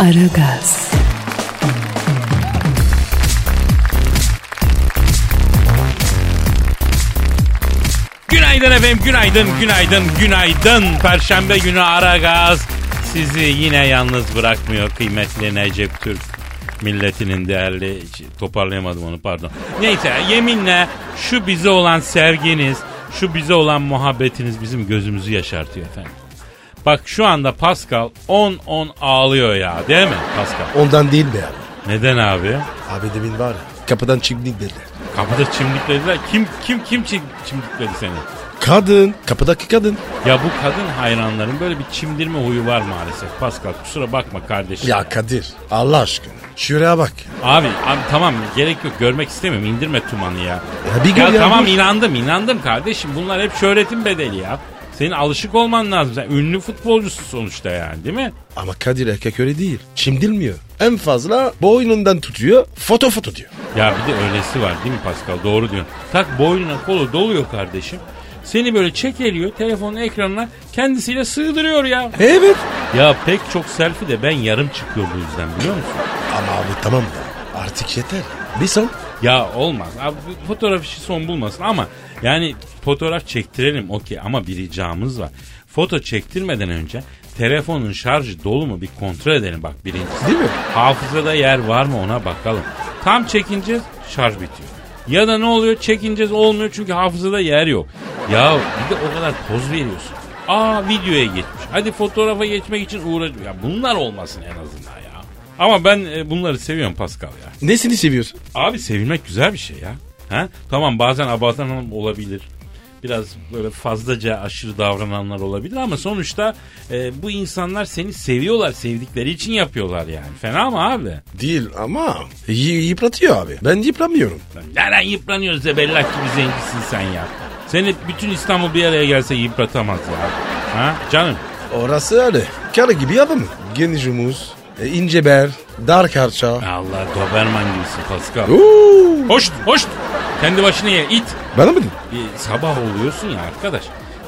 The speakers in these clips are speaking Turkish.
Aragaz, Günaydın efendim, günaydın, günaydın, günaydın. Perşembe günü ara gaz. Sizi yine yalnız bırakmıyor kıymetli Necip Türk. Milletinin değerli, toparlayamadım onu pardon. Neyse yeminle şu bize olan sevginiz, şu bize olan muhabbetiniz bizim gözümüzü yaşartıyor efendim. Bak şu anda Pascal 10-10 ağlıyor ya değil mi Pascal? Ondan değil be abi. Neden abi? Abi demin var ya. Kapıdan çimdik dedi. Kapıda çimdiklediler. Kim kim kim çim- çimdikledi seni? Kadın. Kapıdaki kadın. Ya bu kadın hayranların böyle bir çimdirme huyu var maalesef Pascal. Kusura bakma kardeşim. Ya Kadir. Allah aşkına. Şuraya bak. Abi, abi tamam gerek yok görmek istemiyorum. İndirme tumanı ya. Ya bir gör ya, tamam dur. inandım inandım kardeşim. Bunlar hep şöhretin bedeli ya. Senin alışık olman lazım. Sen ünlü futbolcusun sonuçta yani değil mi? Ama Kadir erkek öyle değil. Çimdilmiyor. En fazla boynundan tutuyor. Foto foto diyor. Ya bir de öylesi var değil mi Pascal? Doğru diyorsun. Tak boynuna kolu doluyor kardeşim. Seni böyle çekeliyor telefonun ekranına kendisiyle sığdırıyor ya. Evet. Ya pek çok selfie de ben yarım çıkıyor bu yüzden biliyor musun? Ama abi tamam da. Artık yeter. Bir son. Ya olmaz. Abi, bu fotoğraf işi son bulmasın ama yani fotoğraf çektirelim okey ama bir ricamız var. Foto çektirmeden önce telefonun şarjı dolu mu bir kontrol edelim bak birincisi. Değil mi? Hafızada yer var mı ona bakalım. Tam çekineceğiz şarj bitiyor. Ya da ne oluyor çekineceğiz olmuyor çünkü hafızada yer yok. Ya bir de o kadar poz veriyorsun. Aa videoya geçmiş. Hadi fotoğrafa geçmek için uğraş. Ya bunlar olmasın en azından ya. Ama ben e, bunları seviyorum Pascal ya. Nesini seviyorsun? Abi sevilmek güzel bir şey ya. Ha? Tamam bazen abartan olabilir. Biraz böyle fazlaca aşırı davrananlar olabilir ama sonuçta e, bu insanlar seni seviyorlar. Sevdikleri için yapıyorlar yani. Fena mı abi? Değil ama y- yıpratıyor abi. Ben yıpramıyorum. Nereden yıpranıyoruz da bellak gibi zencisin sen ya. Seni bütün İstanbul bir araya gelse yıpratamaz ya. Ha? Canım Orası öyle. Karı gibi adam. Geniş omuz, e, ince bel, dar karça. Allah Doberman gibisin Pascal. Uuu. Hoş hoş. Kendi başına ye it. Bana mı dedin? Bir sabah oluyorsun ya arkadaş.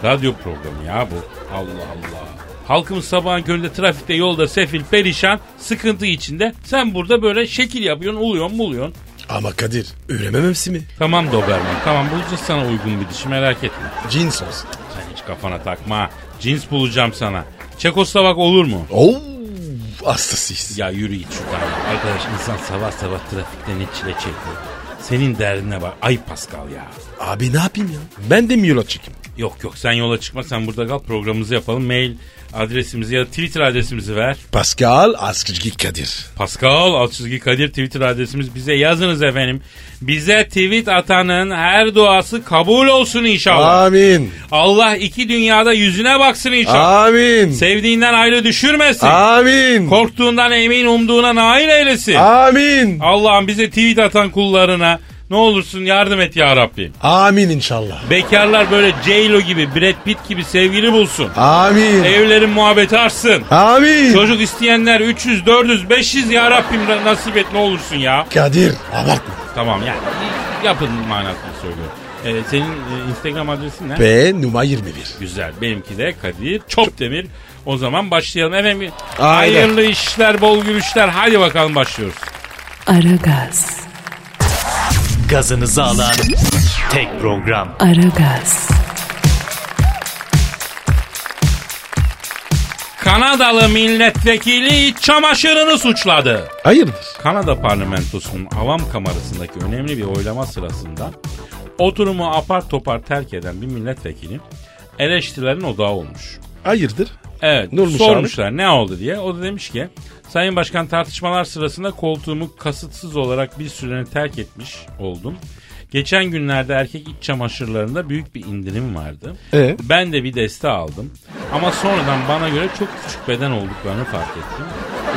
Radyo programı ya bu. Allah Allah. Halkımız sabahın köründe trafikte yolda sefil perişan sıkıntı içinde. Sen burada böyle şekil yapıyorsun uluyorsun buluyorsun. Ama Kadir üreme mevsimi. Tamam Doberman tamam bulacağız sana uygun bir dişi merak etme. Cins olsun. Sen hiç kafana takma. ha. Cins bulacağım sana. Çekoslovak olur mu? Oo, hastasıyız. Ya yürü git şuradan. ya. Arkadaş insan sabah sabah trafikte ne çile çekiyor. Senin derdine bak. Ay Pascal ya. Abi ne yapayım ya? Ben de mi yola çıkayım? Yok yok sen yola çıkma sen burada kal programımızı yapalım. Mail adresimizi ya da Twitter adresimizi ver. Pascal Askizgi Kadir. Pascal alt çizgi Kadir Twitter adresimiz bize yazınız efendim. Bize tweet atanın her duası kabul olsun inşallah. Amin. Allah iki dünyada yüzüne baksın inşallah. Amin. Sevdiğinden ayrı düşürmesin. Amin. Korktuğundan emin umduğuna nail eylesin. Amin. Allah'ım bize tweet atan kullarına ne olursun yardım et ya Rabbim. Amin inşallah. Bekarlar böyle J-Lo gibi Brad Pitt gibi sevgili bulsun. Amin. Evlerin muhabbeti artsın. Amin. Çocuk isteyenler 300, 400, 500 ya Rabbim ra- nasip et ne olursun ya. Kadir abartma. Tamam ya yapın manasını söylüyorum. Ee, senin e, Instagram adresin ne? Ve numara 21. Güzel. Benimki de Kadir Çopdemir. O zaman başlayalım. Efendim Aynen. hayırlı işler, bol gülüşler. Hadi bakalım başlıyoruz. Aragaz, gazınızı alan tek program. Aragaz, Kanadalı milletvekili iç çamaşırını suçladı. Hayırdır? Kanada parlamentosunun avam kamerasındaki önemli bir oylama sırasında oturumu apar topar terk eden bir milletvekili eleştirilerin odağı olmuş. Hayırdır? Evet Ne olmuş sormuşlar ne oldu diye. O da demiş ki Sayın Başkan tartışmalar sırasında koltuğumu kasıtsız olarak bir süreni terk etmiş oldum. Geçen günlerde erkek iç çamaşırlarında büyük bir indirim vardı. Ee? Ben de bir deste aldım. Ama sonradan bana göre çok küçük beden olduklarını fark ettim.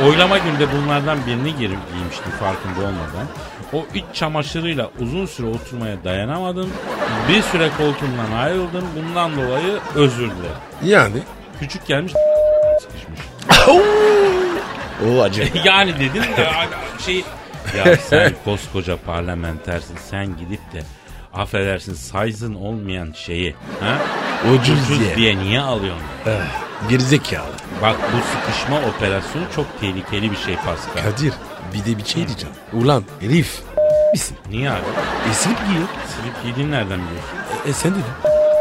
Oylama günde bunlardan birini girip giymiştim farkında olmadan. O iç çamaşırıyla uzun süre oturmaya dayanamadım. Bir süre koltuğumdan ayrıldım. Bundan dolayı özür dilerim. Yani. Küçük gelmiş sıkışmış. O acı. Yani dedim ya şey ya sen koskoca parlamentersin sen gidip de affedersin size'ın olmayan şeyi ha? Ucuz diye. Ucuz diye niye alıyorsun? Gerizekalı. Bak bu sıkışma operasyonu çok tehlikeli bir şey Pascal. Kadir bir de bir şey diyeceğim. Ulan herif. Misin? Niye abi? E silip giyiyor. Silip giydiğini nereden biliyorsun? E, e, sen dedin.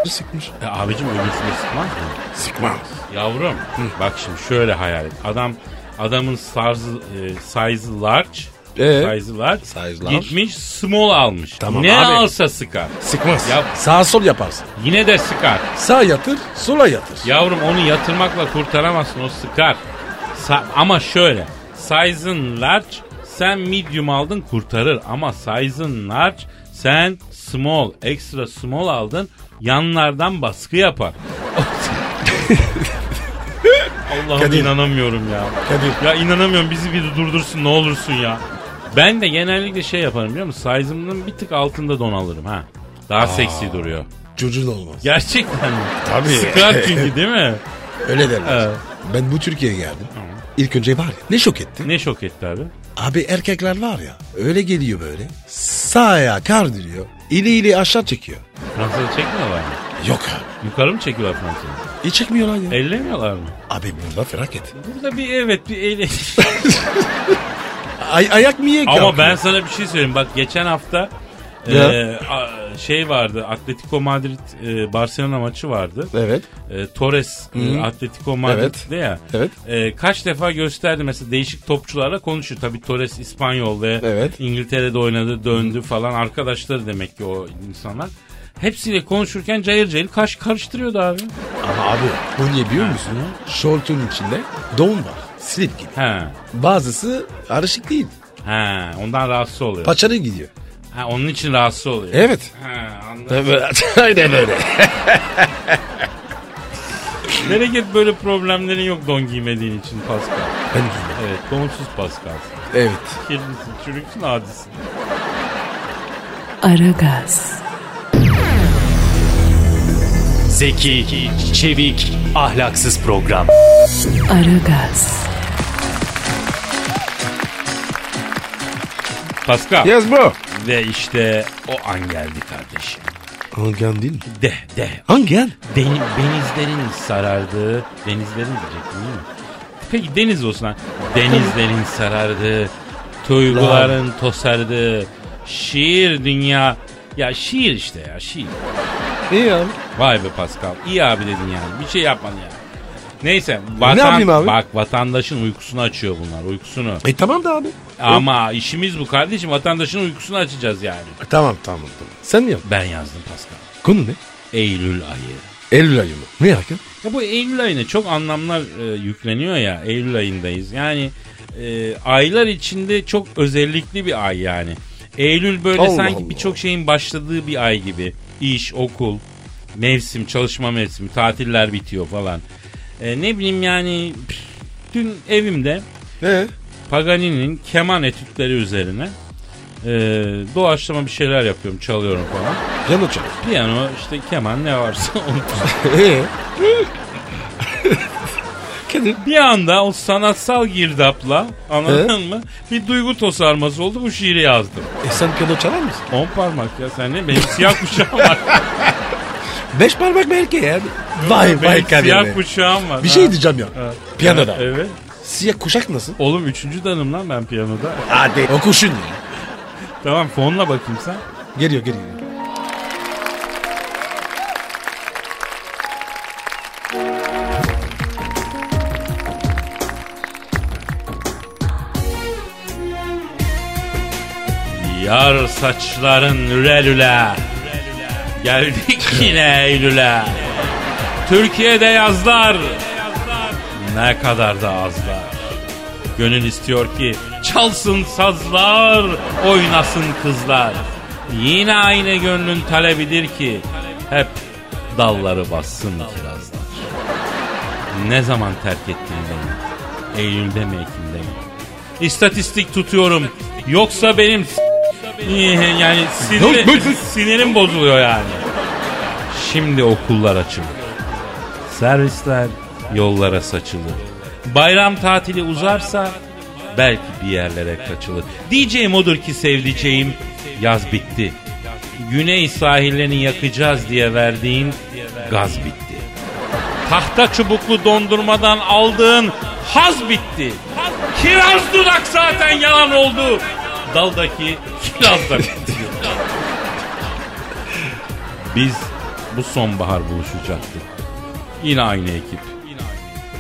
Sıkmış. E, abicim öbürsüne sıkmaz mı? Sıkmam. Yavrum bak şimdi şöyle hayal et. Adam adamın sarzı, e, size large Ee? size large, Size large. gitmiş small almış. Tamam ne abi. alsa sıkar. Sıkmaz. Yap. Sağa sol yaparsın. Yine de sıkar. Sağ yatır, sola yatır. Yavrum onu yatırmakla kurtaramazsın o sıkar. Sa- ama şöyle size'ın large sen medium aldın kurtarır ama size'ın large sen small extra small aldın yanlardan baskı yapar. Allah'ım Kadir. inanamıyorum ya. Kadir. Ya inanamıyorum bizi bir durdursun ne olursun ya. Ben de genellikle şey yaparım biliyor musun? Size'ımın bir tık altında don alırım ha. Daha seksi duruyor. Çocuğun olmaz. Gerçekten mi? Tabii. Sıkar çünkü değil mi? Öyle derler. Evet. Ben bu Türkiye'ye geldim. İlk önce var ya ne şok etti? Ne şok etti abi? Abi erkekler var ya öyle geliyor böyle. Sağ ayağı kardırıyor. İli ili aşağı çekiyor. Fransa'da çekmiyorlar mı? Yok abi. Yukarı mı çekiyorlar Fransa'da? E çekmiyorlar ya. Ellemiyorlar mı? Abi burada felaket. Burada bir evet bir eyle. Ay, ayak niye Ama kalkıyor? ben sana bir şey söyleyeyim. Bak geçen hafta Ya. e, a- şey vardı. Atletico Madrid e, Barcelona maçı vardı. Evet. E, Torres e, Atletico Madrid'de ya. Evet. E, kaç defa gösterdi mesela değişik topçularla konuşuyor. Tabii Torres İspanyol ve Evet. İngiltere'de oynadı, döndü falan arkadaşları demek ki o insanlar. Hepsiyle konuşurken cayır cayır kaş karıştırıyordu abi. Ama abi bu niye biliyor musun? Şortun içinde don var. Slip gibi. He. Bazısı arışık değil. He, ondan rahatsız oluyor. Paçanın gidiyor. ha, onun için rahatsız oluyor. Evet. He, anladım. Evet. Aynen öyle. Bereket böyle problemlerin yok don giymediğin için Pascal. Ben giydim. Evet, donsuz Pascal. Evet. Kirlisin, çürüksün, adisin. Aragaz, Zeki, çevik, ahlaksız program. Aragaz, Pascal. Yes bro. Ve işte o an geldi kardeşim. Angen değil mi? De, de. Angen. Deni- denizlerin sarardığı, denizlerin diyecektim değil mi? Peki deniz olsun ha. Denizlerin sarardığı, duyguların tosardığı, şiir dünya. Ya şiir işte ya şiir. İyi abi. Vay be Pascal. iyi abi dedin yani. Bir şey yapmadın yani. Neyse. Vatan, E, yapayım abi? Bak vatandaşın uykusunu açıyor bunlar. Uykusunu. E tamam da abi. Ama işimiz bu kardeşim. Vatandaşın uykusunu açacağız yani. E, tamam tamam tamam. Sen yap. Ben yazdım Pascal. Konu ne? Eylül ayı. Eylül ayı mı? Ne yakın? Ya bu Eylül ayına çok anlamlar e, yükleniyor ya. Eylül ayındayız. Yani e, aylar içinde çok özellikli bir ay yani. Eylül böyle Allah sanki Allah. birçok şeyin başladığı bir ay gibi. İş, okul, mevsim, çalışma mevsimi, tatiller bitiyor falan. E, ne bileyim yani püf, dün evimde Ee? Paganini'nin keman etütleri üzerine e, doğaçlama bir şeyler yapıyorum, çalıyorum falan. Piyano çalıyor. Piyano, işte keman ne varsa onu Ee? Kadir. Bir anda o sanatsal girdapla anladın mı? Bir duygu tosarması oldu bu şiiri yazdım. E sen piyano çalar mısın? On parmak ya sen ne? Benim siyah kuşağım var. Beş parmak belki yani. Vay Benim vay Kadir siyah be. kuşağım var. Bir ha. şey diyeceğim ya. Ha. Piyanoda. Evet. Siyah kuşak nasıl? Oğlum üçüncü danım lan ben piyanoda. Hadi. O kuşun ya. Tamam fonla bakayım sen. Geliyor geliyor. Yar saçların ürelüle. Geldik yine Eylül'e. Türkiye'de yazlar. Ne kadar da azlar. Gönül istiyor ki çalsın sazlar, oynasın kızlar. Yine aynı gönlün talebidir ki hep dalları bassın kirazlar. Ne zaman terk ettin beni? Eylül'de mi Ekim'de mi? İstatistik tutuyorum. Yoksa benim s- yani Dur, dur, sinirim, dur. sinirim bozuluyor yani. Şimdi okullar açılır. Servisler yollara saçılır. Bayram tatili uzarsa belki bir yerlere kaçılır. Diyeceğim odur ki sevdiceğim yaz bitti. Güney sahillerini yakacağız diye verdiğin gaz bitti. Tahta çubuklu dondurmadan aldığın haz bitti. Kiraz dudak zaten yalan oldu. Daldaki kiraz da bitti. Biz bu sonbahar buluşacaktık. Yine aynı ekip.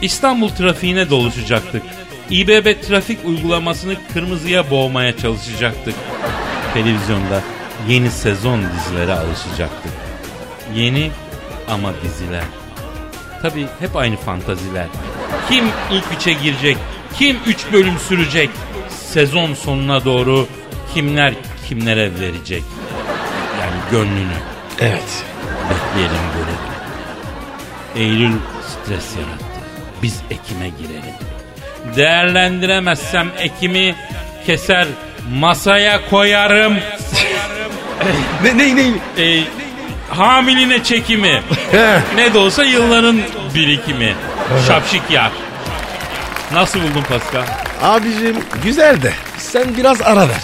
İstanbul trafiğine doluşacaktık. İBB trafik uygulamasını kırmızıya boğmaya çalışacaktık. Televizyonda yeni sezon dizilere alışacaktık. Yeni ama diziler. Tabi hep aynı fantaziler. Kim ilk üçe girecek? Kim üç bölüm sürecek? Sezon sonuna doğru kimler kimlere verecek? Yani gönlünü Evet. bekleyelim görelim. Eylül stres yarattı. Biz Ekim'e girelim. Değerlendiremezsem Ekim'i keser masaya koyarım. Ne ne ne? Ee, hamiline çekimi. He. Ne de olsa yılların birikimi. Şapşik yar. Nasıl buldun Pascal? Abicim güzel de sen biraz ara ver.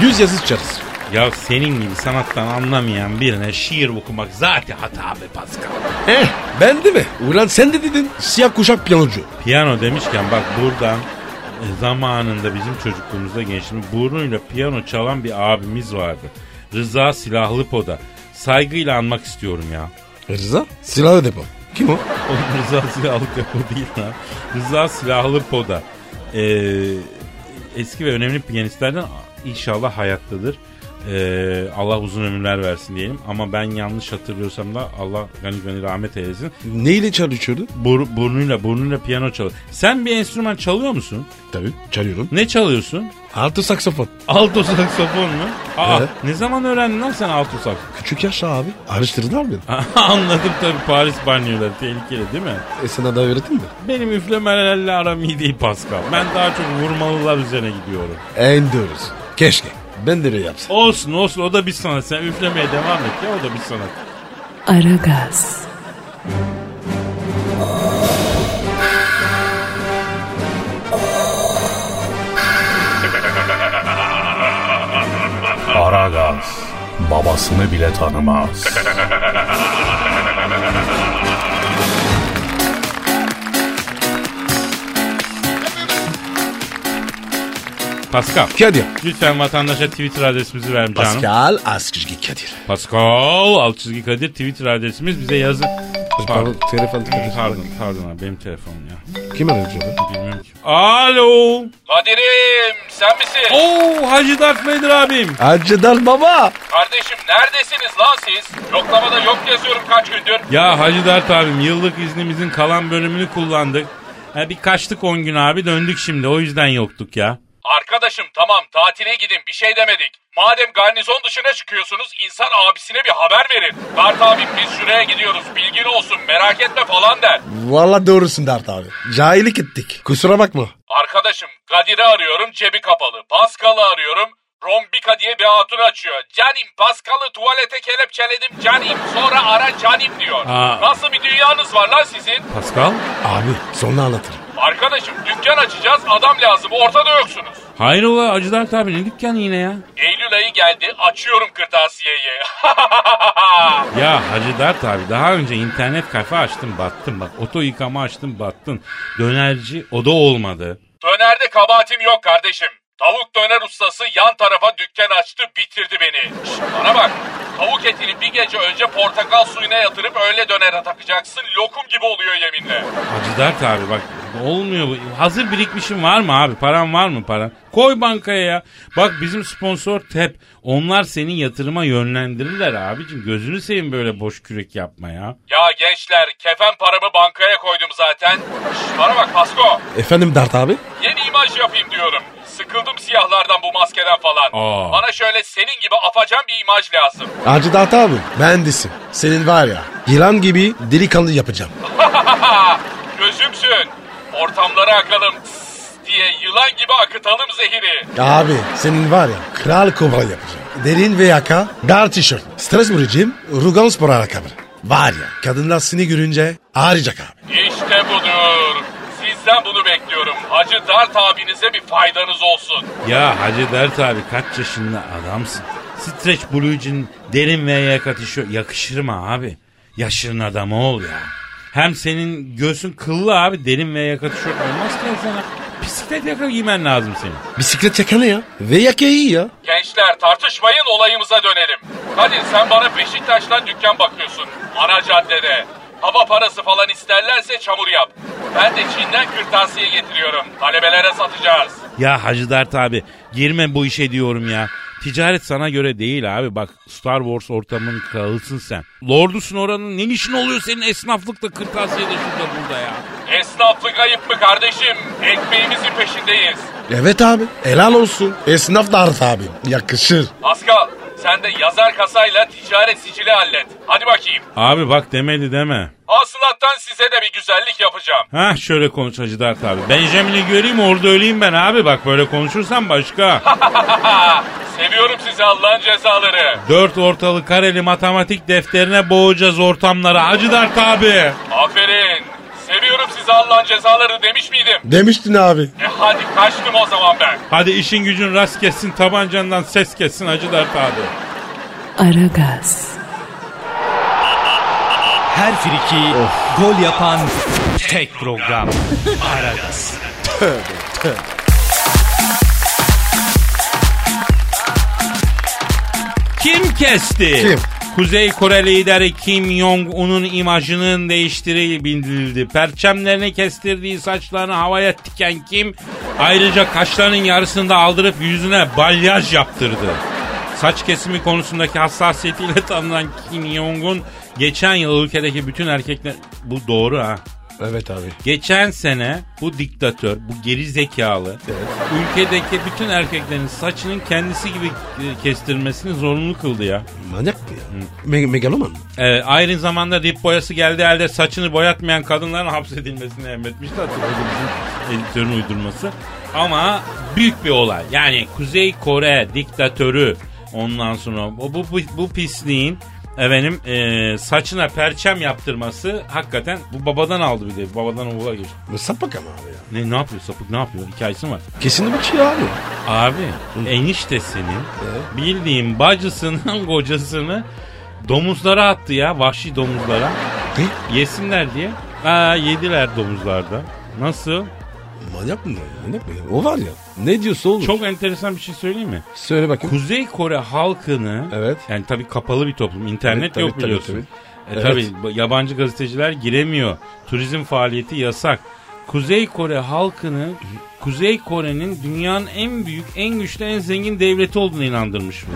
Düz yazı çıkarız. Ya senin gibi sanattan anlamayan birine şiir okumak zaten hata be Pascal. Eh ben de mi? Ulan sen de dedin siyah kuşak piyanocu. Piyano demişken bak buradan e, zamanında bizim çocukluğumuzda gençliğimiz burnuyla piyano çalan bir abimiz vardı. Rıza Silahlıpo'da. Saygıyla anmak istiyorum ya. Rıza silahlı depo. Kim o? Oğlum Rıza Silahlıpo değil lan. Rıza Silahlıpo'da. Ee, eski ve önemli piyanistlerden inşallah hayattadır. Ee, Allah uzun ömürler versin diyelim. Ama ben yanlış hatırlıyorsam da Allah gani gani rahmet eylesin. Neyle çalışıyordu? Bur- burnuyla burnuyla piyano çalıyor. Sen bir enstrüman çalıyor musun? Tabii çalıyorum. Ne çalıyorsun? Altı saksafon. Alto saksafon mu? Aa, Evet. ne zaman öğrendin lan sen alto saks? Küçük yaşta abi. Araştırdılar mı? Anladım tabii Paris banyoları tehlikeli değil mi? E sana da öğretin mi? Benim üflemelerle aram iyi değil Pascal. Ben daha çok vurmalılar üzerine gidiyorum. En doğrusu. Keşke. Ben de öyle yapsam. Olsun olsun o da bir sanat. Sen üflemeye devam et ya o da bir sanat. Aragaz, Aragaz babasını bile tanımaz. Pascal. Kadir. Lütfen vatandaşa Twitter adresimizi ver canım. Pascal Askışki Kadir. Pascal alt çizgi Kadir Twitter adresimiz bize yazın. Pardon. Telefon Pardon, pardon abi benim telefonum ya. Kim arıyor? Bilmiyorum ki. Alo. Kadir'im sen misin? Oo Hacı Dert Vedir abim. Acıdan baba. Kardeşim neredesiniz lan siz? Yoklamada yok yazıyorum kaç gündür. Ya Hacı Dert abim yıllık iznimizin kalan bölümünü kullandık. Ha, bir kaçtık 10 gün abi döndük şimdi o yüzden yoktuk ya. Arkadaşım tamam tatile gidin bir şey demedik. Madem garnizon dışına çıkıyorsunuz insan abisine bir haber verir. Dart abim biz şuraya gidiyoruz bilgin olsun merak etme falan der. Valla doğrusun Dert abi. Cahillik ettik. Kusura bakma. Arkadaşım Kadir'i arıyorum cebi kapalı. Paskal'ı arıyorum Rombika diye bir hatun açıyor. Canim Paskal'ı tuvalete kelepçeledim canim sonra ara canim diyor. Aa. Nasıl bir dünyanız var lan sizin? Pascal? Abi sonra anlatırım. Arkadaşım dükkan açacağız adam lazım ortada yoksunuz. Hayrola Hacı Dert abi ne dükkanı yine ya? Eylül ayı geldi açıyorum kırtasiyeyi. Ya Hacı Dert abi daha önce internet kafe açtım battım bak. Oto yıkama açtım battın. Dönerci o da olmadı. Dönerde kabahatim yok kardeşim. Tavuk döner ustası yan tarafa dükkan açtı bitirdi beni. Şş, bana bak tavuk etini bir gece önce portakal suyuna yatırıp öyle dönere takacaksın lokum gibi oluyor yeminle. Hacı Dert abi bak olmuyor bu. Hazır birikmişim var mı abi? Paran var mı paran? Koy bankaya ya. Bak bizim sponsor TEP. Onlar senin yatırıma yönlendirirler abicim. Gözünü seveyim böyle boş kürek yapma ya. Ya gençler kefen paramı bankaya koydum zaten. Şş, bana bak Pasko Efendim Dert abi? yeni imaj yapayım diyorum. Sıkıldım siyahlardan bu maskeden falan. Aa. Bana şöyle senin gibi afacan bir imaj lazım. Hacı Dert abi mühendisim. Senin var ya yılan gibi delikanlı yapacağım. Gözümsün. Ortamlara akalım tss diye yılan gibi akıtalım zehiri. Abi senin var ya kral kobra yapacağım. Derin ve yaka, dar tişört, Strasbourg rejim, rugan spor ayakkabı. Var ya kadınlar seni görünce ağrıyacak abi. İşte budur. Sizden bunu bekliyorum. Hacı Dert abinize bir faydanız olsun. Ya Hacı Dert abi kaç yaşında adamsın. Stretch Blue Jean derin ve yaka tişört yakışır mı abi? Yaşının adamı ol ya. Hem senin göğsün kıllı abi derin ve yaka tişört olmaz ki sana. Bisiklet yaka giymen lazım senin. Bisiklet yakanı ya ve yaka iyi ya. Gençler tartışmayın olayımıza dönelim. Kadir sen bana Beşiktaş'tan dükkan bakıyorsun. Ana caddede. Hava parası falan isterlerse çamur yap. Ben de Çin'den kırtasiye getiriyorum. Talebelere satacağız. Ya Hacı Dert abi girme bu işe diyorum ya. Ticaret sana göre değil abi bak Star Wars ortamının kralısın sen. Lordusun oranın ne işin oluyor senin esnaflıkla kırtasiyede şurada burada ya. Esnaflık ayıp mı kardeşim? Ekmeğimizin peşindeyiz. Evet abi helal olsun. Esnaf Dert abi yakışır. Pascal sen de yazar kasayla ticaret sicili hallet. Hadi bakayım. Abi bak demedi deme. Hasılattan size de bir güzellik yapacağım. Ha şöyle konuş Hacı Dert abi. Benjamin'i göreyim orada öleyim ben abi. Bak böyle konuşursam başka. Seviyorum sizi Allah'ın cezaları. Dört ortalı kareli matematik defterine boğacağız ortamları Hacı Dert abi. Aferin. Seviyorum sizi Allah'ın cezaları demiş miydim? Demiştin abi. E hadi kaçtım o zaman ben. Hadi işin gücün rast kessin tabancandan ses kessin Hacı Dert abi. Aragaz, Her friki gol yapan tek program. Aragaz. Kim kesti? Kim? Kuzey Kore lideri Kim Jong-un'un imajının değiştirildiği bildirildi. Perçemlerini kestirdiği saçlarını havaya diken Kim ayrıca kaşlarının yarısını da aldırıp yüzüne balyaj yaptırdı. Saç kesimi konusundaki hassasiyetiyle tanınan Kim Jong-un geçen yıl ülkedeki bütün erkekler... Bu doğru ha. Evet abi. Geçen sene bu diktatör, bu geri zekalı ülkedeki bütün erkeklerin saçının kendisi gibi e, kestirmesini zorunlu kıldı ya. Manyak mı ya? Me- megaloman mı? Ee, aynı zamanda dip boyası geldi elde saçını boyatmayan kadınların hapsedilmesini emretmişti. Hatırladım bizim editörün uydurması. Ama büyük bir olay. Yani Kuzey Kore diktatörü ondan sonra bu, bu, bu, bu pisliğin efendim e, saçına perçem yaptırması hakikaten bu babadan aldı bir de. Babadan oğula geçti. Bu Sapak ama abi ya. Ne, ne yapıyor sapık ne yapıyor? Hikayesi mi var. Kesin bir şey abi. Ee? Abi eniştesinin bildiğim bacısının kocasını domuzlara attı ya vahşi domuzlara. Ne? Yesinler diye. Aa yediler domuzlarda. Nasıl? Manyak mı? Manyak mı? ya? O var ya. Ne diyorsa olur. Çok enteresan bir şey söyleyeyim mi? Söyle bakayım. Kuzey Kore halkını Evet. yani tabii kapalı bir toplum. internet Evet, tabii, yok tabii, biliyorsun. tabii. Evet. E, tabii, yabancı gazeteciler giremiyor. Turizm faaliyeti yasak. Kuzey Kore halkını Kuzey Kore'nin dünyanın en büyük, en güçlü, en zengin devleti olduğuna inandırmış bu.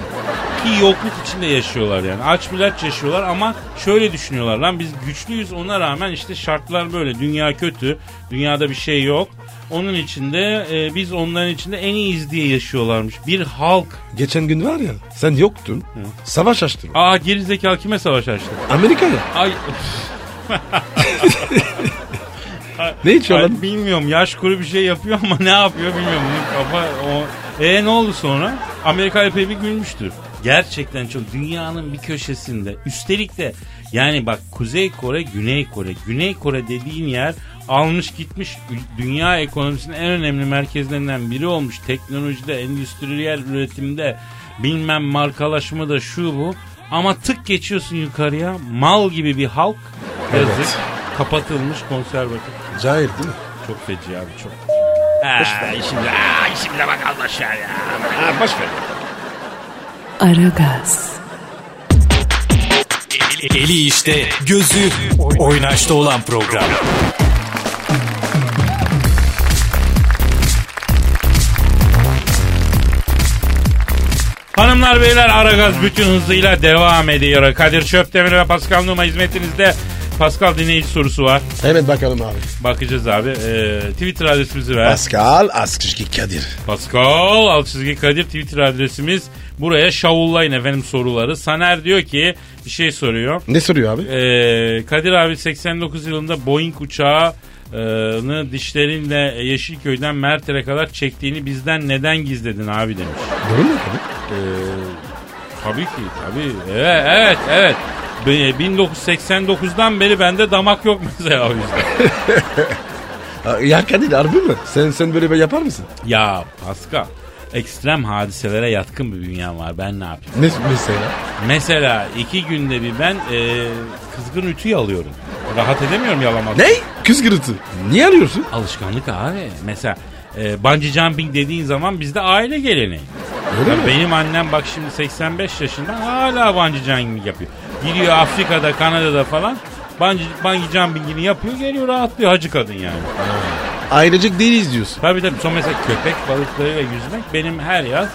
Ki yokluk içinde yaşıyorlar yani. Aç milaç yaşıyorlar ama şöyle düşünüyorlar. Lan biz güçlüyüz ona rağmen işte şartlar böyle. Dünya kötü. Dünyada bir şey yok. Onun içinde e, biz onların içinde en iyiyiz diye yaşıyorlarmış. Bir halk. Geçen gün var ya sen yoktun. Savaş açtın. Aa gerizekalı kime savaş açtı? Amerika'ya. Ay, Ne içiyorlar? ay bilmiyorum yaş kuru bir şey yapıyor ama ne yapıyor bilmiyorum. Bunun Kafa o. E ne oldu sonra? Amerika epey bir gülmüştür. Gerçekten çok dünyanın bir köşesinde. Üstelik de yani bak Kuzey Kore, Güney Kore. Güney Kore dediğin yer almış gitmiş ü- dünya ekonomisinin en önemli merkezlerinden biri olmuş. Teknolojide, endüstriyel üretimde bilmem markalaşma da şu bu. Ama tık geçiyorsun yukarıya mal gibi bir halk yazık kapatılmış konservatif. Cahil değil mi? Çok feci abi çok. Aragaz, Eli işte, gözü oynaşta olan program. Hanımlar beyler Aragaz bütün hızıyla devam ediyor. Kadir Çöptemir ve Pascal Numa hizmetinizde Pascal dinleyici sorusu var. Hemen bakalım abi. Bakacağız abi. Ee, Twitter adresimizi ver. Pascal Askışki Kadir. Pascal alt çizgi Kadir Twitter adresimiz. Buraya şavullayın efendim soruları. Saner diyor ki bir şey soruyor. Ne soruyor abi? Ee, Kadir abi 89 yılında Boeing uçağını dişlerinle Yeşilköy'den Mert'e kadar çektiğini bizden neden gizledin abi demiş. Doğru mu abi? Tabii ki tabii. Evet evet evet. Be- 1989'dan beri bende damak yok mesela o yüzden. Aa, Ya Kadir harbi mi? Sen sen böyle bir yapar mısın? ya Pascal ekstrem hadiselere yatkın bir dünya var ben ne yapayım? Ne mesela? Mesela iki günde bir ben e, kızgın ütüyü alıyorum. Rahat edemiyorum yalamadan. Ne? Kız gürültü. Niye arıyorsun? Alışkanlık abi. Mesela e, bungee jumping dediğin zaman bizde aile geleneği. Öyle mi? Benim annem bak şimdi 85 yaşında hala bungee jumping yapıyor. Gidiyor Afrika'da, Kanada'da falan bungee, bungee jumpingini yapıyor geliyor rahatlıyor hacı kadın yani. Ailecek değiliz diyorsun. Tabii tabii son mesela köpek balıklarıyla yüzmek benim her yaz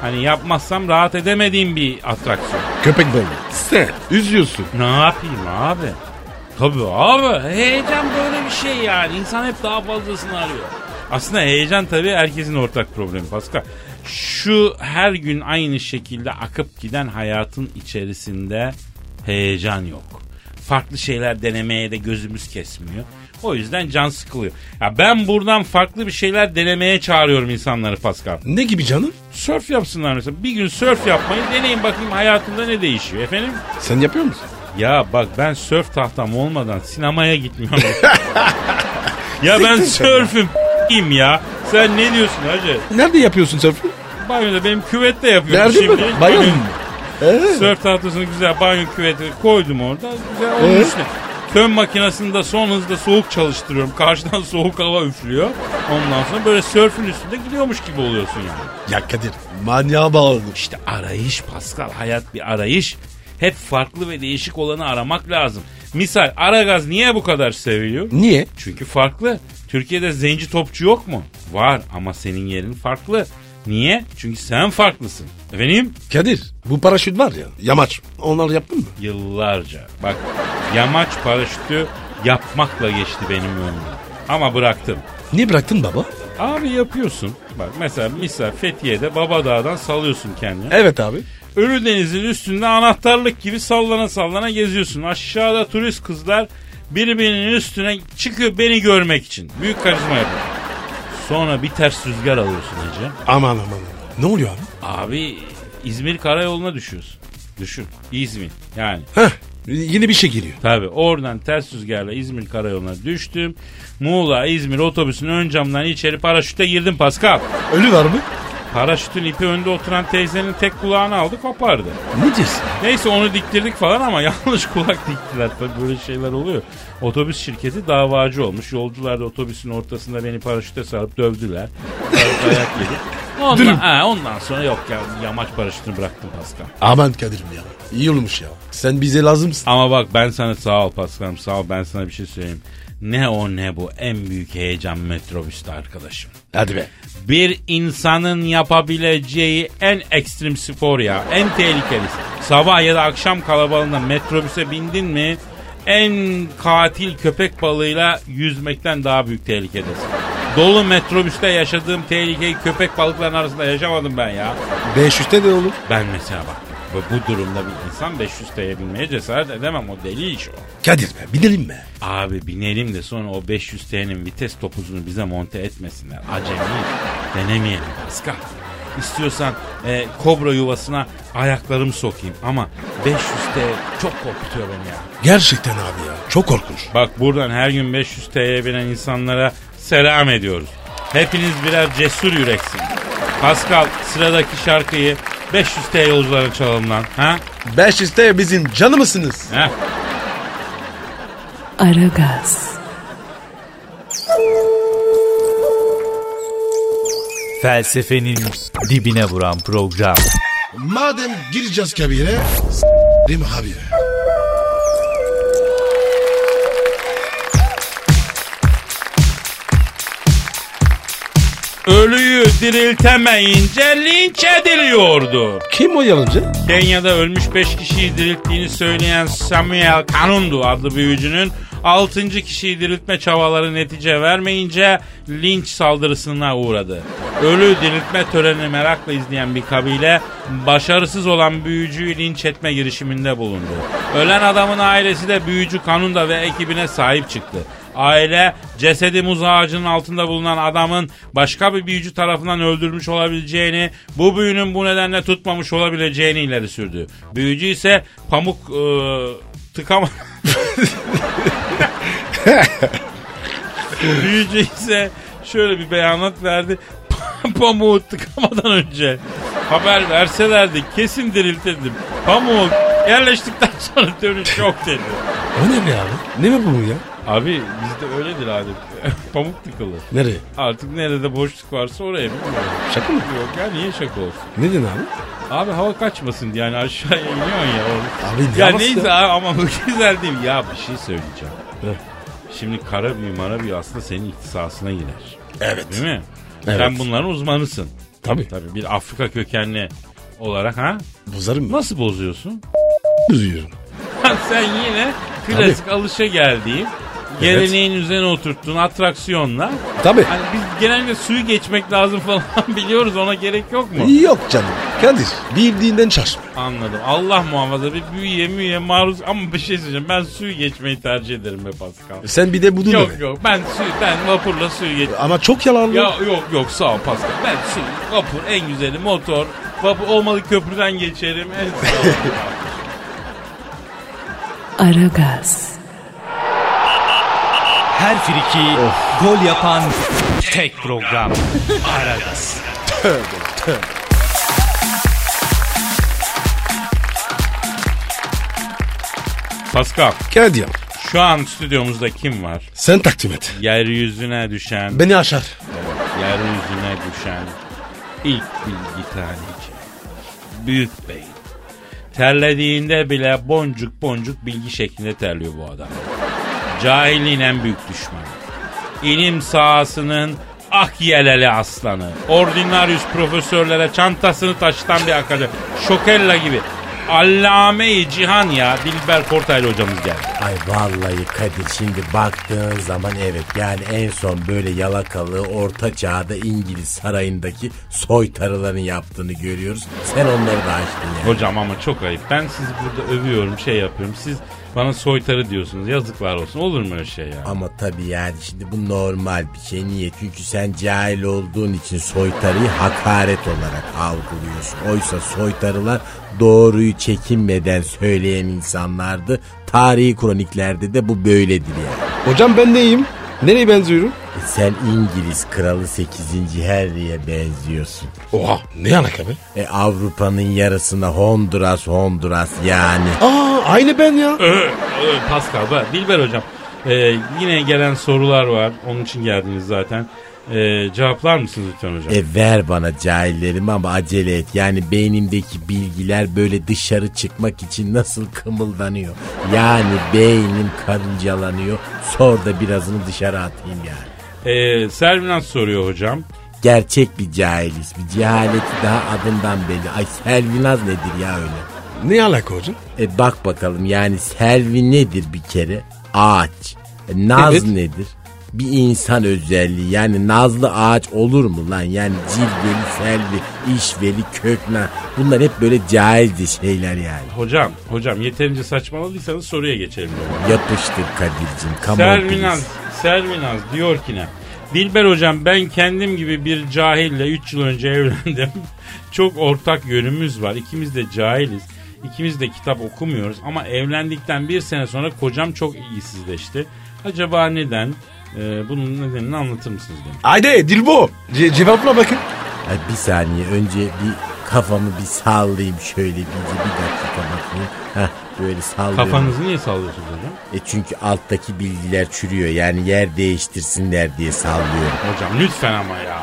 hani yapmazsam rahat edemediğim bir atraksiyon. Köpek balığı. Sen üzüyorsun. Ne yapayım abi? Tabii abi. Heyecan böyle bir şey yani. İnsan hep daha fazlasını arıyor. Aslında heyecan tabii herkesin ortak problemi Pascal. Şu her gün aynı şekilde akıp giden hayatın içerisinde heyecan yok. Farklı şeyler denemeye de gözümüz kesmiyor. O yüzden can sıkılıyor. Ya ben buradan farklı bir şeyler denemeye çağırıyorum insanları Pascal. Ne gibi canım? Sörf yapsınlar mesela. Bir gün sörf yapmayı deneyin bakayım hayatında ne değişiyor efendim. Sen yapıyor musun? Ya bak ben sörf tahtam olmadan sinemaya gitmiyorum. ya ben Siktir sen sörfüm kim ya. Sen ne diyorsun hacı? Nerede yapıyorsun sörfü? Banyoda benim küvette yapıyorum Nerede şimdi. mi? Bayan mı? Ee? Sörf tahtasını güzel banyo küveti koydum orada. Güzel onun Ee? üstüne. Fön makinesini de son hızda soğuk çalıştırıyorum. Karşıdan soğuk hava üflüyor. Ondan sonra böyle sörfün üstünde gidiyormuş gibi oluyorsun yani. Ya Kadir manyağa bağladın. İşte arayış Pascal hayat bir arayış. Hep farklı ve değişik olanı aramak lazım. Misal Aragaz niye bu kadar seviliyor? Niye? Çünkü farklı. Türkiye'de zenci topçu yok mu? Var ama senin yerin farklı. Niye? Çünkü sen farklısın. Efendim? Kadir bu paraşüt var ya yamaç. Onları yaptın mı? Yıllarca. Bak yamaç paraşütü yapmakla geçti benim ömrüm. Ama bıraktım. Niye bıraktın baba? Abi yapıyorsun. Bak mesela misal Fethiye'de Babadağ'dan salıyorsun kendini. Evet abi. Ölü denizin üstünde anahtarlık gibi sallana sallana geziyorsun. Aşağıda turist kızlar birbirinin üstüne çıkıyor beni görmek için. Büyük karizma yapıyor. Sonra bir ters rüzgar alıyorsun Hacı. Aman aman. Ne oluyor abi? Abi İzmir Karayolu'na düşüyorsun. Düşün. İzmir yani. Heh, yine bir şey geliyor. Tabi oradan ters rüzgarla İzmir Karayolu'na düştüm. Muğla İzmir otobüsünün ön camdan içeri paraşütte girdim Pascal. Ölü var mı? Paraşütün ipi önde oturan teyzenin tek kulağını aldı kopardı. Ne diyorsun? Neyse onu diktirdik falan ama yanlış kulak diktiler. Tabii böyle şeyler oluyor. Otobüs şirketi davacı olmuş. Yolcular da otobüsün ortasında beni paraşüte sarıp dövdüler. Sarıp Dayak yedik. Ondan, ha, ondan sonra yok ya yamaç paraşütünü bıraktım Pascal. Aman Kadir'im ya. İyi olmuş ya. Sen bize lazımsın. Ama bak ben sana sağ ol Pascal'ım sağ ol ben sana bir şey söyleyeyim. Ne o ne bu en büyük heyecan metrobüste arkadaşım. Hadi be. Bir insanın yapabileceği en ekstrem spor ya. En tehlikelisi. Sabah ya da akşam kalabalığında metrobüse bindin mi en katil köpek balığıyla yüzmekten daha büyük tehlikedesin. Dolu metrobüste yaşadığım tehlikeyi köpek balıkların arasında yaşamadım ben ya. 500'te de olur. Ben mesela bak bu, bu durumda bir insan 500 TL'ye binmeye cesaret edemem o deli iş o. Kadir be binelim be. Abi binelim de sonra o 500 TL'nin vites topuzunu bize monte etmesinler. Acemi denemeyelim Pascal. İstiyorsan e, kobra yuvasına ayaklarımı sokayım ama 500 TL çok korkutuyor beni ya. Gerçekten abi ya. Çok korkunç. Bak buradan her gün 500 TL'ye binen insanlara selam ediyoruz. Hepiniz birer cesur yüreksiniz. Pascal sıradaki şarkıyı 500 TL yolculara çalalım lan. Ha? 500'te bizim canımısınız. Ha? Aragaz, Felsefenin dibine vuran program. Madem gireceğiz kabire. Rim abi. ölüyü diriltemeyince linç ediliyordu. Kim o yalancı? Kenya'da ölmüş 5 kişiyi dirilttiğini söyleyen Samuel Kanundu adlı büyücünün 6. kişiyi diriltme çabaları netice vermeyince linç saldırısına uğradı. Ölü diriltme törenini merakla izleyen bir kabile başarısız olan büyücüyü linç etme girişiminde bulundu. Ölen adamın ailesi de büyücü Kanunda ve ekibine sahip çıktı. Aile cesedi muz ağacının altında bulunan adamın başka bir büyücü tarafından öldürülmüş olabileceğini, bu büyünün bu nedenle tutmamış olabileceğini ileri sürdü. Büyücü ise pamuk eee, tıkama... büyücü ise şöyle bir beyanat verdi. Pamuğu tıkamadan önce haber verselerdi kesin diriltirdim. Pamuk yerleştikten sonra dönüş yok dedi. O ne be abi? Ne mi bu ya? Abi bizde öyledir Adem. Pamuk tıkılı. Nereye? Artık nerede boşluk varsa oraya bilmiyorum. Şaka mı? Yok ya niye şaka olsun? Ne dedin abi? Abi hava kaçmasın diye yani aşağıya iniyorsun ya. oğlum. Abi ne ya havası neyse ya? abi, ama bu güzel değil. Ya bir şey söyleyeceğim. Evet. Şimdi kara büyü mara büyü aslında senin iktisasına girer. Evet. Değil mi? Evet. Sen bunların uzmanısın. Tabii. Tabii bir Afrika kökenli olarak ha? Bozarım mı? Nasıl bozuyorsun? Üzüyorum. Sen yine klasik alışa geldiğin geleneğin üzerine oturttuğun atraksiyonla Tabii. Hani biz genelde suyu geçmek lazım falan biliyoruz ona gerek yok mu? Yok canım. Kadir bildiğinden şaşma. Anladım. Allah muhafaza bir büyüye müye maruz ama bir şey söyleyeceğim ben suyu geçmeyi tercih ederim be Pascal. Sen bir de bunu Yok deme. yok ben suyu ben vapurla suyu geç. Ama çok yalanlı. Ya yok yok sağ ol Pascal. Ben suyu vapur en güzeli motor. Vapur olmalı köprüden geçerim. En sağ ol. Aragaz, Her friki gol yapan tek program. Aragaz. Pascal Kadir şu an stüdyomuzda kim var? sen takdim et. Yeryüzüne düşen, Beni aşar. yeryüzüne düşen ilk bilgi taneci. Büyük beyin. Terlediğinde bile boncuk boncuk bilgi şeklinde terliyor bu adam. Cahilliğin en büyük düşmanı. İlim sahasının ak yeleli aslanı. Ordinarius profesörlere çantasını taşıtan bir akademi. Şokella gibi. Allame-i Cihan ya. Dilber Kortaylı hocamız geldi. Ay vallahi Kadir şimdi baktığın zaman evet yani en son böyle yalakalı orta çağda İngiliz sarayındaki soytarıların yaptığını görüyoruz. Sen onları da açtın yani. Hocam ama çok ayıp. Ben sizi burada övüyorum, şey yapıyorum. Siz bana soytarı diyorsunuz. Yazıklar olsun. Olur mu öyle şey ya? Ama tabii yani şimdi bu normal bir şey. Niye? Çünkü sen cahil olduğun için soytarıyı hakaret olarak algılıyorsun. Oysa soytarılar doğruyu çekinmeden söyleyen insanlardı. Tarihi kroniklerde de bu böyledir yani. Hocam ben neyim? Nereye benziyorum? E sen İngiliz kralı 8. Henry'e benziyorsun. Oha ne alakalı? E Avrupa'nın yarısına Honduras Honduras yani. Aa aynı ben ya. Ee, Pascal, bak, Dilber hocam. Ee, yine gelen sorular var. Onun için geldiniz zaten. Ee, cevaplar mısınız lütfen hocam? E ver bana cahillerimi ama acele et. Yani beynimdeki bilgiler böyle dışarı çıkmak için nasıl kımıldanıyor. Yani beynim karıncalanıyor. Sor da birazını dışarı atayım yani. Ee, Servinaz soruyor hocam. Gerçek bir cahil ismi. Cehaleti daha adından belli. Ay Selvinaz nedir ya öyle? Ne alaka hocam? E bak bakalım yani selvi nedir bir kere? Ağaç. E, naz Evet. nedir? Bir insan özelliği yani nazlı ağaç olur mu lan? Yani cilveli, selvi, işveli, kökna bunlar hep böyle cahilce şeyler yani. Hocam, hocam yeterince saçmaladıysanız soruya geçelim. Yapıştır Kadir'cim. Come on Servinaz, please. Servinaz diyor ki ne? Dilber hocam ben kendim gibi bir cahille 3 yıl önce evlendim. Çok ortak yönümüz var. İkimiz de cahiliz. İkimiz de kitap okumuyoruz ama evlendikten bir sene sonra kocam çok ilgisizleşti. Acaba neden? Ee, bunun nedenini anlatır mısınız demiş. Haydi Dilbo. Ce- cevapla bakın. Ay bir saniye önce bir kafamı bir sallayayım şöyle bir, bir dakika bakayım. Heh, böyle sallıyorum. Kafanızı niye sallıyorsunuz hocam? E çünkü alttaki bilgiler çürüyor yani yer değiştirsinler diye sallıyorum. Hocam lütfen ama ya.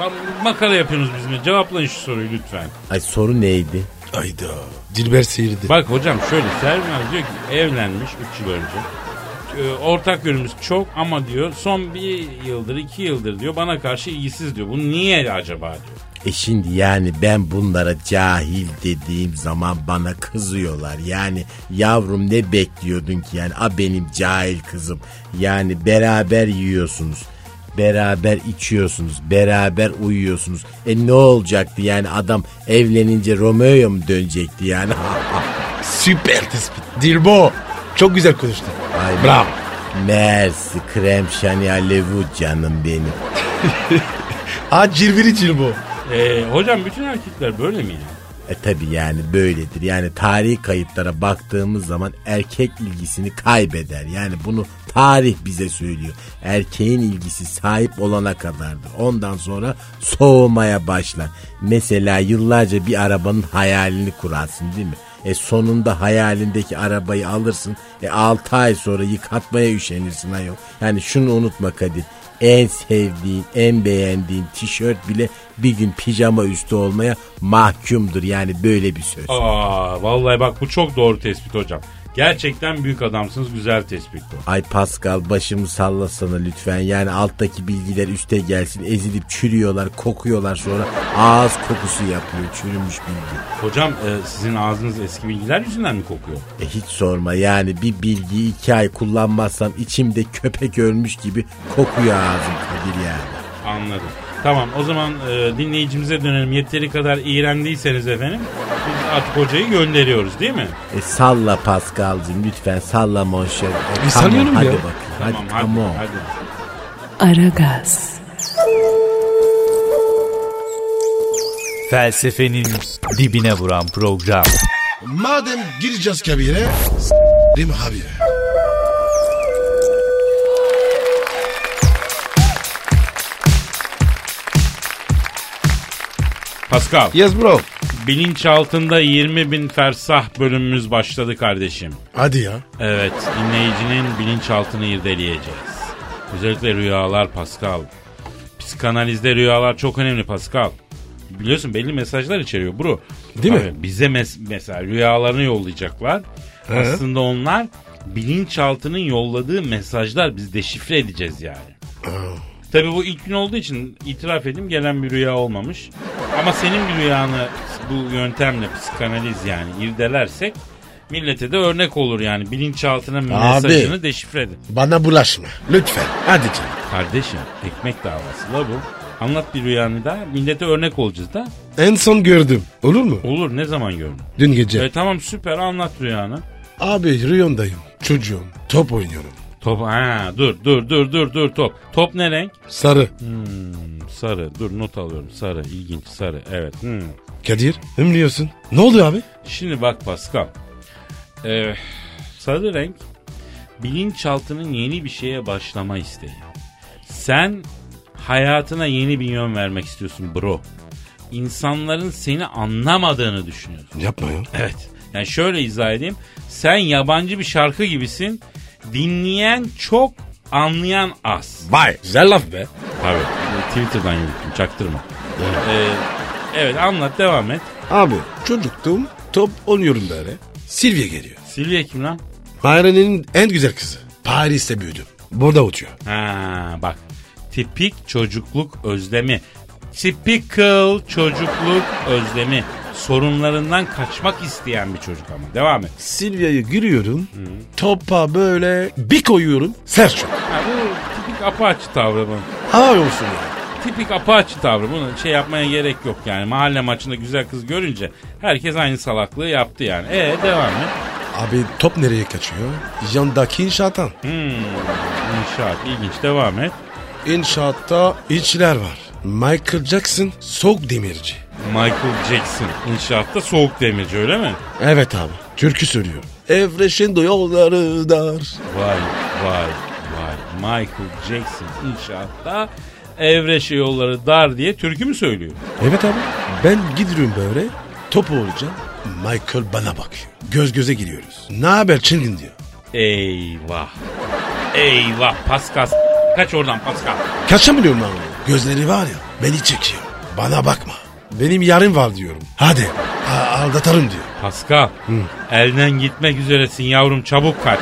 Ma- Makara yapıyorsunuz bizimle. Cevaplayın şu soruyu lütfen. Ay soru neydi? Hayda. Dilber seyirdi. Bak hocam şöyle Servinaz diyor ki evlenmiş 3 yıl önce. e, ortak yönümüz çok ama diyor son bir yıldır iki yıldır diyor bana karşı ilgisiz diyor. Bu niye acaba diyor. E şimdi yani ben bunlara cahil dediğim zaman bana kızıyorlar. Yani yavrum ne bekliyordun ki yani a benim cahil kızım. Yani beraber yiyorsunuz. Beraber içiyorsunuz, beraber uyuyorsunuz. E ne olacaktı yani adam evlenince Romeo mu dönecekti yani? Süper tespit. Dilbo çok güzel konuştun. Ay, Bravo. Mersi krem şanyalı levu canım benim. Ha cilviri Dilbo. E, hocam bütün erkekler böyle mi ya? E tabi yani böyledir. Yani tarihi kayıtlara baktığımız zaman erkek ilgisini kaybeder. Yani bunu tarih bize söylüyor. Erkeğin ilgisi sahip olana kadardır. Ondan sonra soğumaya başlar. Mesela yıllarca bir arabanın hayalini kurarsın değil mi? E sonunda hayalindeki arabayı alırsın. E 6 ay sonra yıkatmaya üşenirsin ayol. Yani şunu unutma Kadir. En sevdiğin, en beğendiğin tişört bile bir gün pijama üstü olmaya mahkumdur. Yani böyle bir söz. Aa vallahi bak bu çok doğru tespit hocam. Gerçekten büyük adamsınız güzel tespit bu. Ay Pascal başımı sallasana lütfen. Yani alttaki bilgiler üste gelsin. Ezilip çürüyorlar, kokuyorlar sonra. Ağız kokusu yapıyor çürümüş bilgi. Hocam e, sizin ağzınız eski bilgiler yüzünden mi kokuyor? E hiç sorma yani bir bilgiyi iki ay kullanmazsam içimde köpek ölmüş gibi kokuyor ağzım Kadir yani. Anladım. Tamam o zaman e, dinleyicimize dönelim. Yeteri kadar iğrendiyseniz efendim biz artık hocayı gönderiyoruz değil mi? E salla Pascal'cığım lütfen salla monşer. E, E, sallıyorum hadi ya. bakayım. Tamam hadi, hadi. come on. hadi. Aragaz, Felsefenin dibine vuran program. Madem gireceğiz kabire s**rim abi. Pascal Yes bro. bilinçaltında 20 bin fersah bölümümüz başladı kardeşim. Hadi ya. Evet, dinleyicinin bilinçaltını irdeleyeceğiz. Özellikle rüyalar Pascal. Psikanalizde rüyalar çok önemli Pascal. Biliyorsun belli mesajlar içeriyor bro. Değil mi? Tabii, Bize mes- mesela rüyalarını yollayacaklar. Aslında onlar bilinçaltının yolladığı mesajlar biz deşifre edeceğiz yani. Tabii bu ilk gün olduğu için itiraf edeyim gelen bir rüya olmamış. Ama senin bir rüyanı bu yöntemle psikanaliz yani irdelersek millete de örnek olur yani bilinçaltına mesajını deşifre edin. Bana bulaşma. Lütfen. Hadi canım. Kardeşim ekmek davası la bu. Anlat bir rüyanı da millete örnek olacağız da. En son gördüm. Olur mu? Olur ne zaman gördün? Dün gece. E, tamam süper anlat rüyanı. Abi rüyamdayım. Çocuğum. Top oynuyorum. Top ha dur dur dur dur dur top. Top ne renk? Sarı. Sarı dur not alıyorum sarı ilginç sarı evet. Hmm. Kadir. Hımlıyorsun. Ne oldu abi? Şimdi bak Pascal. Ee, sarı renk bilinçaltının yeni bir şeye başlama isteği. Sen hayatına yeni bir yön vermek istiyorsun bro. İnsanların seni anlamadığını düşünüyorsun. Yapma ya. Evet. Yani şöyle izah edeyim. Sen yabancı bir şarkı gibisin. Dinleyen çok, anlayan az. Vay. Güzel laf be. Abi Twitter'dan yürüttüm çaktırma. Ee, evet anlat devam et. Abi çocuktum. Top oynuyorum böyle. Silvia geliyor. Silvia kim lan? Bahreyn'in en güzel kızı. Paris'te büyüdüm. Burada uçuyor. Ha bak. Tipik çocukluk özlemi. Typical çocukluk özlemi. Sorunlarından kaçmak isteyen bir çocuk ama. Devam et. Silvia'yı giriyorum. Topa böyle bir koyuyorum. Serço. Ha, bu tipik apaçı tavrı bu. Helal olsun ya. Tipik apaçı tavrı. Bunu şey yapmaya gerek yok yani. Mahalle maçında güzel kız görünce herkes aynı salaklığı yaptı yani. E devam et. Abi top nereye kaçıyor? Yandaki inşaattan. İnşaat ilginç devam et. İnşaatta işçiler var. Michael Jackson soğuk demirci. Michael Jackson inşaatta soğuk demirci öyle mi? Evet abi. Türkü söylüyor. Evreşin yolları dar. Vay vay vay Michael Jackson inşaatta Evreşe yolları dar diye türkü mü söylüyor? Evet abi. Ben gidiyorum böyle. Topu olacağım. Michael bana bakıyor. Göz göze giriyoruz. Ne haber çılgın diyor. Eyvah. Eyvah Paskas. Kaç oradan Paskas. Kaçamıyorum ben onu. Gözleri var ya beni çekiyor. Bana bakma. Benim yarım var diyorum. Hadi a- aldatarım diyor. Pascal elden gitmek üzeresin yavrum çabuk kaç.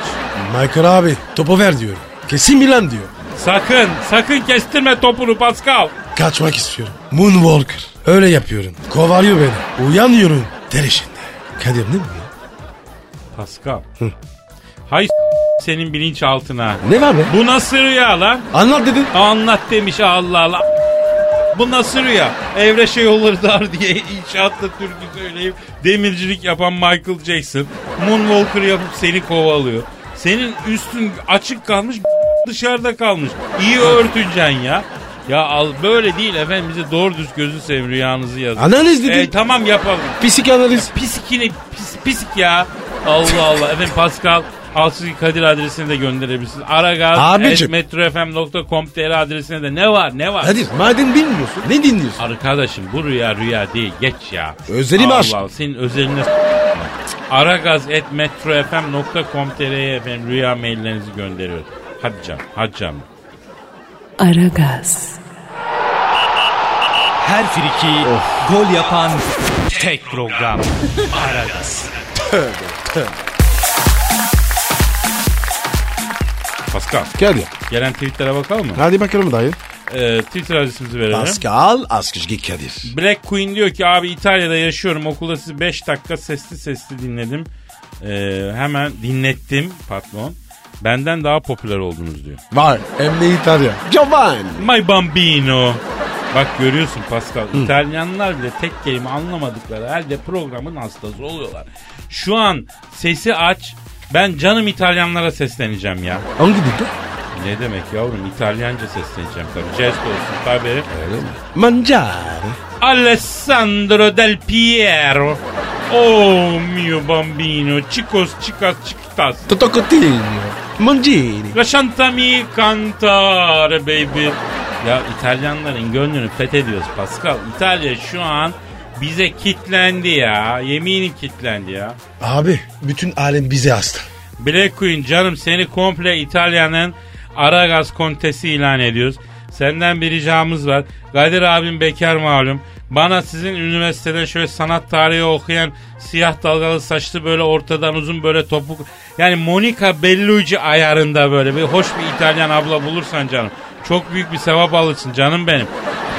Michael abi topu ver diyorum. Kesin Milan diyor. Sakın sakın kestirme topunu Pascal. Kaçmak istiyorum. Moonwalker. Öyle yapıyorum. Kovalıyor beni. Uyanıyorum. Ter içinde. Kadir değil mi? Pascal. Hay s- senin bilinç altına. Ne var be? Bu nasıl rüya lan? Anlat dedin. Anlat demiş Allah Allah. Bu nasıl rüya? Evreşe yolları dar diye inşaatta türkü söyleyip demircilik yapan Michael Jackson. Moonwalker yapıp seni kovalıyor. Senin üstün açık kalmış dışarıda kalmış. İyi örtünceksin ya. Ya al böyle değil efendim bize doğru düz gözü seveyim rüyanızı yazın. Analiz dedin. E, tamam yapalım. Psikanaliz. Pisikini pis, pisik ya. Allah Allah. Efendim Pascal Alçızı Kadir adresine de gönderebilirsiniz. Aragaz, Abicim. metrofm.com.tr adresine de ne var ne var? Kadir madem bilmiyorsun ne dinliyorsun? Arkadaşım bu rüya rüya değil geç ya. Özelimi aç. Allah senin özeline s- aragaz.metrofm.com.tr'ye efendim rüya maillerinizi gönderiyoruz. Hadi canım hadi canım. Aragaz, Her friki gol yapan Tek program. Aragaz. Pascal Kadir. gelen tweetlere bakalım mı? Hadi bakalım dayı. Ee, Twitter adresimizi verelim. Pascal Askışgi Kadir. Black Queen diyor ki abi İtalya'da yaşıyorum okulda sizi 5 dakika sesli sesli dinledim. Ee, hemen dinlettim patron. Benden daha popüler oldunuz diyor. Var. Hem de İtalya. Giovanni. My bambino. Bak görüyorsun Pascal İtalyanlar bile tek kelime anlamadıkları halde programın hastası oluyorlar. Şu an sesi aç ben canım İtalyanlara sesleneceğim ya. Hangi dilde? Ne demek yavrum İtalyanca sesleneceğim tabii. Jest olsun tabii. Mangiare. Alessandro Del Piero. Oh mio bambino, chicos, chicas, chicas. Tutto continuo. Mangini. Lasciatemi cantare baby. Ya İtalyanların gönlünü fethediyoruz Pascal. İtalya şu an bize kitlendi ya. Yeminim kitlendi ya. Abi bütün alem bize hasta. Black Queen canım seni komple İtalya'nın Aragaz kontesi ilan ediyoruz. Senden bir ricamız var. Kadir abim bekar malum. Bana sizin üniversitede şöyle sanat tarihi okuyan siyah dalgalı saçlı böyle ortadan uzun böyle topuk. Yani Monica Bellucci ayarında böyle bir hoş bir İtalyan abla bulursan canım. Çok büyük bir sevap alırsın canım benim.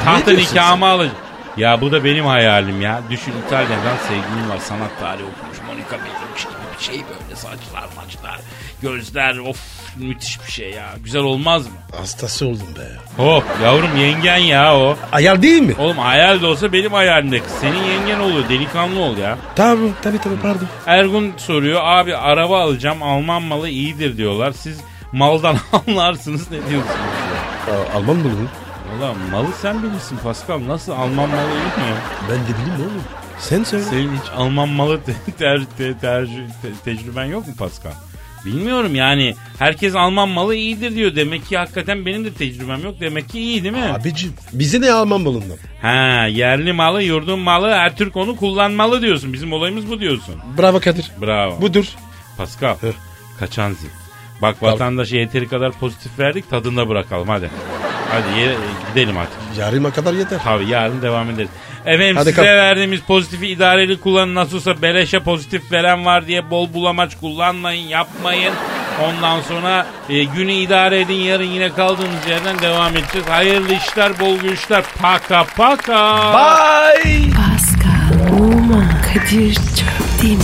Tahtı diyorsun nikahımı alır. Ya bu da benim hayalim ya. Düşün İtalya'dan sevgilim var. Sanat tarihi okumuş Monica Bellucci gibi bir şey böyle. Saçlar maçlar, gözler of müthiş bir şey ya. Güzel olmaz mı? Hastası oldum be. Hop yavrum yengen ya o. Ayar değil mi? Oğlum hayal de olsa benim hayalimde kız. Senin yengen oluyor delikanlı ol ya. Tabii tabii tabii pardon. Ergun soruyor abi araba alacağım Alman malı iyidir diyorlar. Siz maldan anlarsınız ne diyorsunuz? Aa, Alman mı bu? Valla malı sen bilirsin Pascal. Nasıl Alman malı iyi mi? Ben de bileyim oğlum. Sen söyle. Senin hiç Alman malı te- ter, te- tercih- te- tecrüben yok mu Pascal? Bilmiyorum yani. Herkes Alman malı iyidir diyor. Demek ki hakikaten benim de tecrübem yok. Demek ki iyi değil mi? Abicim bize ne Alman balından? Ha yerli malı, yurdun malı, her Türk onu kullanmalı diyorsun. Bizim olayımız bu diyorsun. Bravo Kadir. Bravo. Budur. Pascal. Kaçan zil. Bak vatandaşa yeteri kadar pozitif verdik tadında bırakalım hadi. Hadi ye- gidelim artık. Yarıma kadar yeter. Tabii yarın devam ederiz. Efendim Hadi size kap- verdiğimiz pozitifi idareli kullanın. Nasıl olsa beleşe pozitif veren var diye bol bulamaç kullanmayın, yapmayın. Ondan sonra e, günü idare edin. Yarın yine kaldığımız yerden devam edeceğiz. Hayırlı işler, bol güçler. Paka paka. Pascal, Oman, Kadir çok değil mi?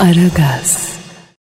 Aragaz.